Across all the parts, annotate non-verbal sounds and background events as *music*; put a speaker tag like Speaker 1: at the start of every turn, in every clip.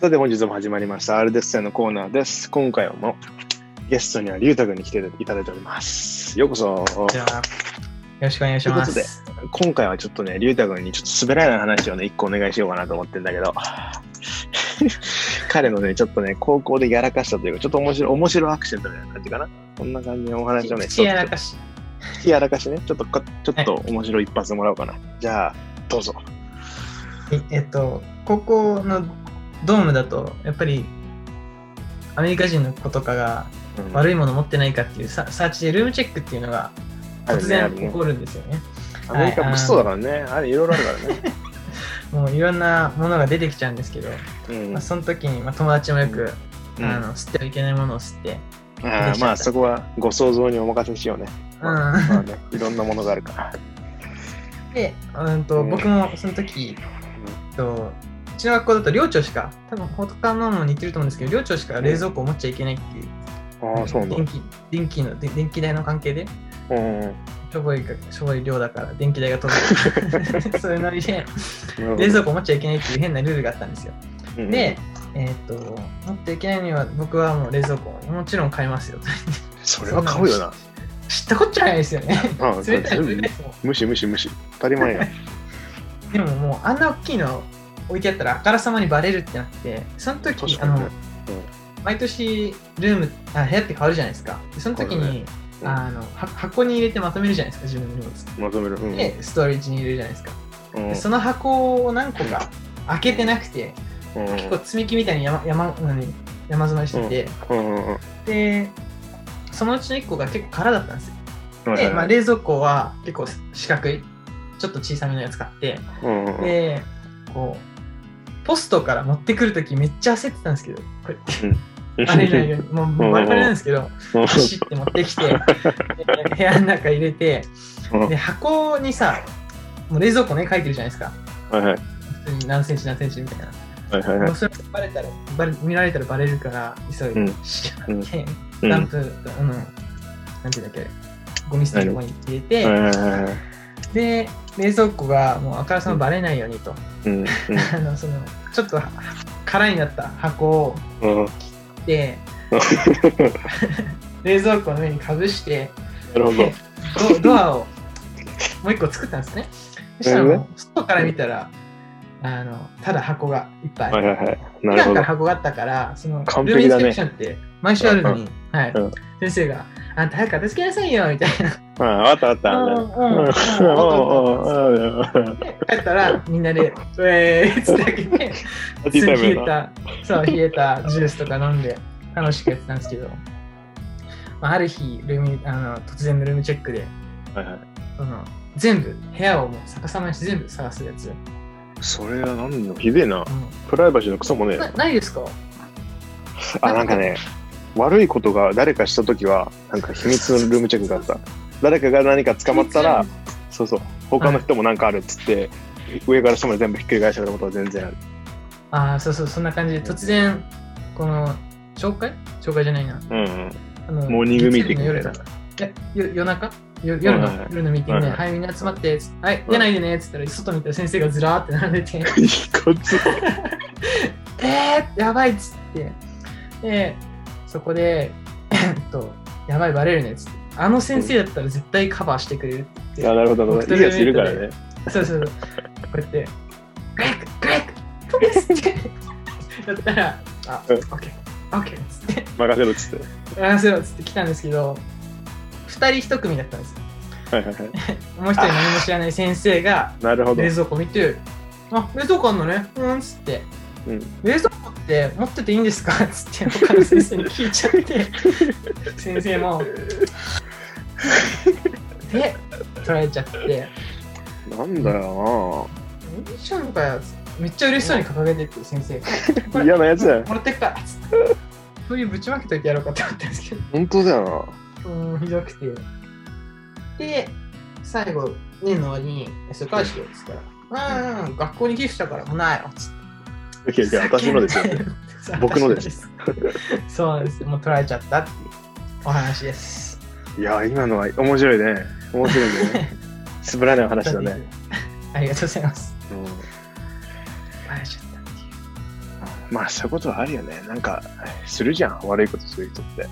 Speaker 1: さて本日も始まりました R デッセンのコーナーです。今回もゲストには龍太君に来ていただいております。ようこそ。
Speaker 2: じゃあ、よろしくお願いしま
Speaker 1: という
Speaker 2: す。
Speaker 1: 今回はちょっとね、龍太君にちょっと滑らない話をね、一個お願いしようかなと思ってんだけど。 *laughs* 彼のね、ちょっとね、高校でやらかしたというか、ちょっと面白い、面白いアクシデントみたいな感じかな。こんな感じのお話をね、
Speaker 2: 口
Speaker 1: ちょ
Speaker 2: や
Speaker 1: っ
Speaker 2: ら
Speaker 1: と
Speaker 2: かし。
Speaker 1: 口やらかしね、ちょっとか、ちょっと面白い一発もらおうかな。じゃあ、どうぞ。
Speaker 2: ええっと、高校のドームだと、やっぱりアメリカ人の子とかが
Speaker 1: うん
Speaker 2: 悪いもの持ってないかっていうササーチでルームチェックっていうのが
Speaker 1: あ
Speaker 2: 突
Speaker 1: るねあ
Speaker 2: 然
Speaker 1: る
Speaker 2: 起
Speaker 1: ね
Speaker 2: こるんですよね。
Speaker 1: アメリカ物騒だからね、あれいろいろあるからね。
Speaker 2: もういろんなものが出てきちゃうんですけど、
Speaker 1: うん
Speaker 2: まあ、その時に、まあ、友達もよく、
Speaker 1: うん
Speaker 2: あの吸ってはいけないものを吸って、
Speaker 1: あーまあそこはご想像にお任せしようね。
Speaker 2: うん
Speaker 1: まあまあね、いろんなものがあるから。
Speaker 2: で、うんと
Speaker 1: うん
Speaker 2: 僕もその時、えっとうちの学校だと寮長しか、多分他のも似てると思うんですけど、寮長しか冷蔵庫を持っちゃいけないっていう
Speaker 1: ああ、そうなんだ
Speaker 2: 電。気電気ので電気代の関係で
Speaker 1: うん、な
Speaker 2: しょぼいかしょぼい量だから電気代が飛
Speaker 1: *laughs*
Speaker 2: ぶ *laughs* そういうノリで
Speaker 1: るほど
Speaker 2: 冷蔵庫持っちゃいけないっていう変なルールがあったんですよ
Speaker 1: うん
Speaker 2: で、えーっと持っていけないには僕はもう冷蔵庫をもちろん買いますよ *laughs*
Speaker 1: それは買うよな。
Speaker 2: 知ったこっちゃないですよね
Speaker 1: *laughs* ああ、そ
Speaker 2: 冷
Speaker 1: れ
Speaker 2: たい
Speaker 1: 全
Speaker 2: 冷
Speaker 1: 部
Speaker 2: たいも
Speaker 1: 無視無視無視。当たり前や。
Speaker 2: うでももうあんな大きいの置いてあったらあからさまにバレるってなってその時
Speaker 1: 確
Speaker 2: あ
Speaker 1: かに
Speaker 2: の、
Speaker 1: ね
Speaker 2: 毎年ルームあ部屋って変わるじゃないですかでその時
Speaker 1: 変わる
Speaker 2: に、
Speaker 1: うん
Speaker 2: あのは箱に入れてまとめるじゃないですか自分の荷物
Speaker 1: まとめる。うん
Speaker 2: でストレージに入れるじゃないですか、
Speaker 1: うん
Speaker 2: でその箱を何個か開けてなくて、
Speaker 1: うん
Speaker 2: 結構積み木みたいに山山何山積みしてて、
Speaker 1: うんうんうん
Speaker 2: でそのうちの1個が結構空だったんですよ、
Speaker 1: はい
Speaker 2: で、ま
Speaker 1: は
Speaker 2: あ、
Speaker 1: い
Speaker 2: 冷蔵庫は結構四角いちょっと小さめのやつ買って、
Speaker 1: うんうんうん
Speaker 2: でこうポストから持ってくるときめっちゃ焦ってたんですけど
Speaker 1: *laughs*
Speaker 2: これバレないようにもうもうバレバレなんですけど
Speaker 1: うん
Speaker 2: 走って持ってき
Speaker 1: *laughs*
Speaker 2: てで部屋の中入れて
Speaker 1: うん
Speaker 2: で箱にさもう冷蔵庫ね書いてるじゃないですか
Speaker 1: はいはい
Speaker 2: 普通に何センチ何センチみたい
Speaker 1: は
Speaker 2: な。
Speaker 1: いはいはい
Speaker 2: もうそれバレたらバレ見られたらバレるから急いで、 *laughs*
Speaker 1: うん
Speaker 2: し
Speaker 1: う
Speaker 2: ま
Speaker 1: ん
Speaker 2: って
Speaker 1: うん
Speaker 2: ダンプ、あのなんていうんだっけゴミ捨てるとこに入れて、
Speaker 1: はいはいはいはい
Speaker 2: で冷蔵庫がもうあからさまバレないようにと、 *laughs*
Speaker 1: うん
Speaker 2: あのそのちょっとは空になった箱を
Speaker 1: うんうん
Speaker 2: 切って
Speaker 1: *laughs*
Speaker 2: 冷蔵庫の上にかぶして
Speaker 1: なるほど
Speaker 2: で。ドドアをもう一個作ったんですねそしたら
Speaker 1: なるほ
Speaker 2: もう外から見たらあのただ箱がいっぱい
Speaker 1: はいはいはい。な
Speaker 2: 普
Speaker 1: るほど
Speaker 2: 段から。箱があったから、その
Speaker 1: 完
Speaker 2: ルームイ
Speaker 1: 璧
Speaker 2: ン
Speaker 1: だ
Speaker 2: ス
Speaker 1: ね
Speaker 2: ペクションって毎週あるのに、はい
Speaker 1: うん
Speaker 2: 先生が、あんた早く片付けなさいよみたいな。
Speaker 1: ああ、あったあった。
Speaker 2: うんう
Speaker 1: う
Speaker 2: ん
Speaker 1: ん
Speaker 2: うん
Speaker 1: うんうんうん
Speaker 2: で帰ったら、みんなで、ウェーイつってあげて、
Speaker 1: パーティータイム
Speaker 2: 冷
Speaker 1: や
Speaker 2: え
Speaker 1: な
Speaker 2: た、そう、冷えたジュースとか飲んで、楽しくやってたんですけど、まあ、ある日、ルームあの突然のルームチェックで、
Speaker 1: はいはい
Speaker 2: その全部、部屋をもう逆さまにして全部探すやつ。うん
Speaker 1: それは何のひでえな。プライバシーのクソもねえ
Speaker 2: な
Speaker 1: よ。
Speaker 2: ないですか
Speaker 1: あ、なんかね、悪いことが誰かしたときは、なんか秘密のルームチェックがあった。誰かが何か捕まったら、、そうそう、他の人もなんかあるっつって、上から下まで全部ひっくり返したことは全然ある。
Speaker 2: ああ、そうそう、そんな感じで、突然、この、紹介紹介じゃないな。
Speaker 1: うんうん。
Speaker 2: あの
Speaker 1: モーニングミーティング
Speaker 2: 月曜日の夜だいやよ夜中よ夜の
Speaker 1: はいはい
Speaker 2: 夜のミーティングで、
Speaker 1: はいは
Speaker 2: はい、みんな集まって、つはい、
Speaker 1: うん
Speaker 2: 出ないでねっつったら、外見たら先生がずらーって
Speaker 1: *laughs*
Speaker 2: 並んでて、
Speaker 1: いいこつ。
Speaker 2: えー、やばいっつって、で、そこで、えっと、やばい、バレるねっつって、あの先生だったら絶対カバーしてくれるって
Speaker 1: あ、なるほど、なるほど。いいやついるからね。
Speaker 2: そうそうそう、こうやって、グレック、グレック、プレスって、やったら、あ、
Speaker 1: う
Speaker 2: オ
Speaker 1: ん
Speaker 2: ッケー、オッケーっつって、
Speaker 1: 任せろっつって。
Speaker 2: やらせろっつって来たんですけど、二人一組だったんですよ
Speaker 1: はいはいはい。
Speaker 2: もう一人何も知らない先生が
Speaker 1: なるほど
Speaker 2: 冷。蔵庫見て、あ、冷蔵庫あんのね、うんっつって、
Speaker 1: うん
Speaker 2: 冷蔵庫って持ってていいんですか *laughs* っつって他の先生に聞いちゃって、
Speaker 1: *laughs*
Speaker 2: 先生も、で、取られちゃって、
Speaker 1: なんだよ
Speaker 2: 何しちゃうのかよっつって、めっちゃ嬉しそうに掲げてって先生が、こ
Speaker 1: な。
Speaker 2: れ
Speaker 1: 嫌なやつだよ。
Speaker 2: 持ってくからっつって、そういうぶちまけといてやろうかって思ったんですけど。
Speaker 1: 本当だよ
Speaker 2: もうひどくて。で、最後、年の終わりに、えそれ返してよっつったら、うん、うん、学校に寄付したからもうないよっつって。
Speaker 1: な。いやいや、私の
Speaker 2: *laughs*
Speaker 1: ですよ。
Speaker 2: そう。
Speaker 1: 僕のです
Speaker 2: そうなんです。もう取られちゃったっていうお話です。
Speaker 1: いや、今のは面白いね。面白い *laughs* ね。滑らない話だ
Speaker 2: *laughs*
Speaker 1: ね。。
Speaker 2: ありがとうございます。
Speaker 1: うん
Speaker 2: 取られちゃったっていう。
Speaker 1: あまあそういうことはあるよねなんかするじゃん悪いことする人って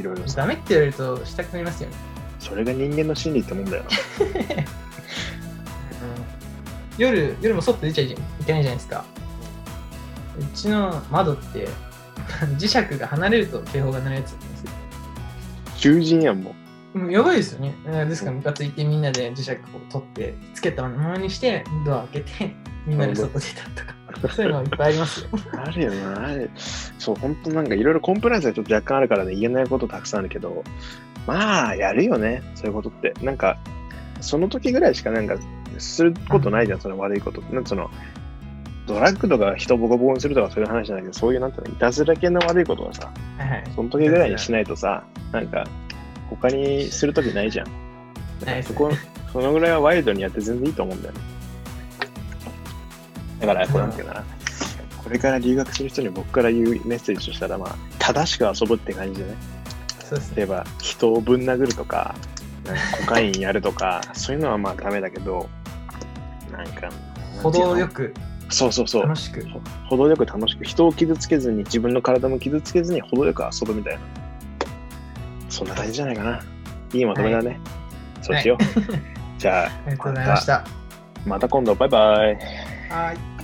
Speaker 1: いろいろさ
Speaker 2: ダメって言われるとしたくなりますよね。
Speaker 1: それが人間の心理ってもんだよな
Speaker 2: 夜、夜も外出ちゃいけないじゃないですか。うちの窓って、 *laughs* 磁石が離れると警報が鳴るやつなんですよ。
Speaker 1: 囚人やんもう
Speaker 2: うんやばいですよね。えーですから、ムカついてみんなで磁石を取って、つけたままにして、ドア開けて、みんなで外出たとか、そういうのいっぱいありますよ。
Speaker 1: あるよな、あれそう、本当なんかいろいろコンプライアンスがちょっと若干あるからね、言えないことたくさんあるけど、まあ、やるよね、そういうことって。なんか、その時ぐらいしかなんか、することないじゃん、その悪いこと。なんかその、ドラッグとか人をボコボコにするとかそういう話じゃないけど、そういうなんていうの、いたずら系の悪いことはさ、
Speaker 2: はいはい。
Speaker 1: その時ぐらいにしないとさ、なんか、他にする時ないじゃん。
Speaker 2: ないです
Speaker 1: そ
Speaker 2: ね
Speaker 1: こ、そのぐらいはワイルドにやって全然いいと思うんだよね。だから、こうなんていうかな。これから留学する人に僕から言うメッセージとしたら、まあ、正しく遊ぶって感じでね。
Speaker 2: そうですね。
Speaker 1: *laughs* 例えば、人をぶん殴るとか、なんかコカインやるとか、そういうのはまあダメだけど、なんか、
Speaker 2: 程よ
Speaker 1: く。
Speaker 2: く、
Speaker 1: そうそうそう
Speaker 2: 楽。しく。
Speaker 1: 程よく楽しく、人を傷つけずに、自分の体も傷つけずに、程よく遊ぶみたいな。そんな感じじゃないかな。いいまとめだね。そうしよう。じゃあ、
Speaker 2: ありがとうございました。
Speaker 1: また今度、バイバイ。
Speaker 2: はい。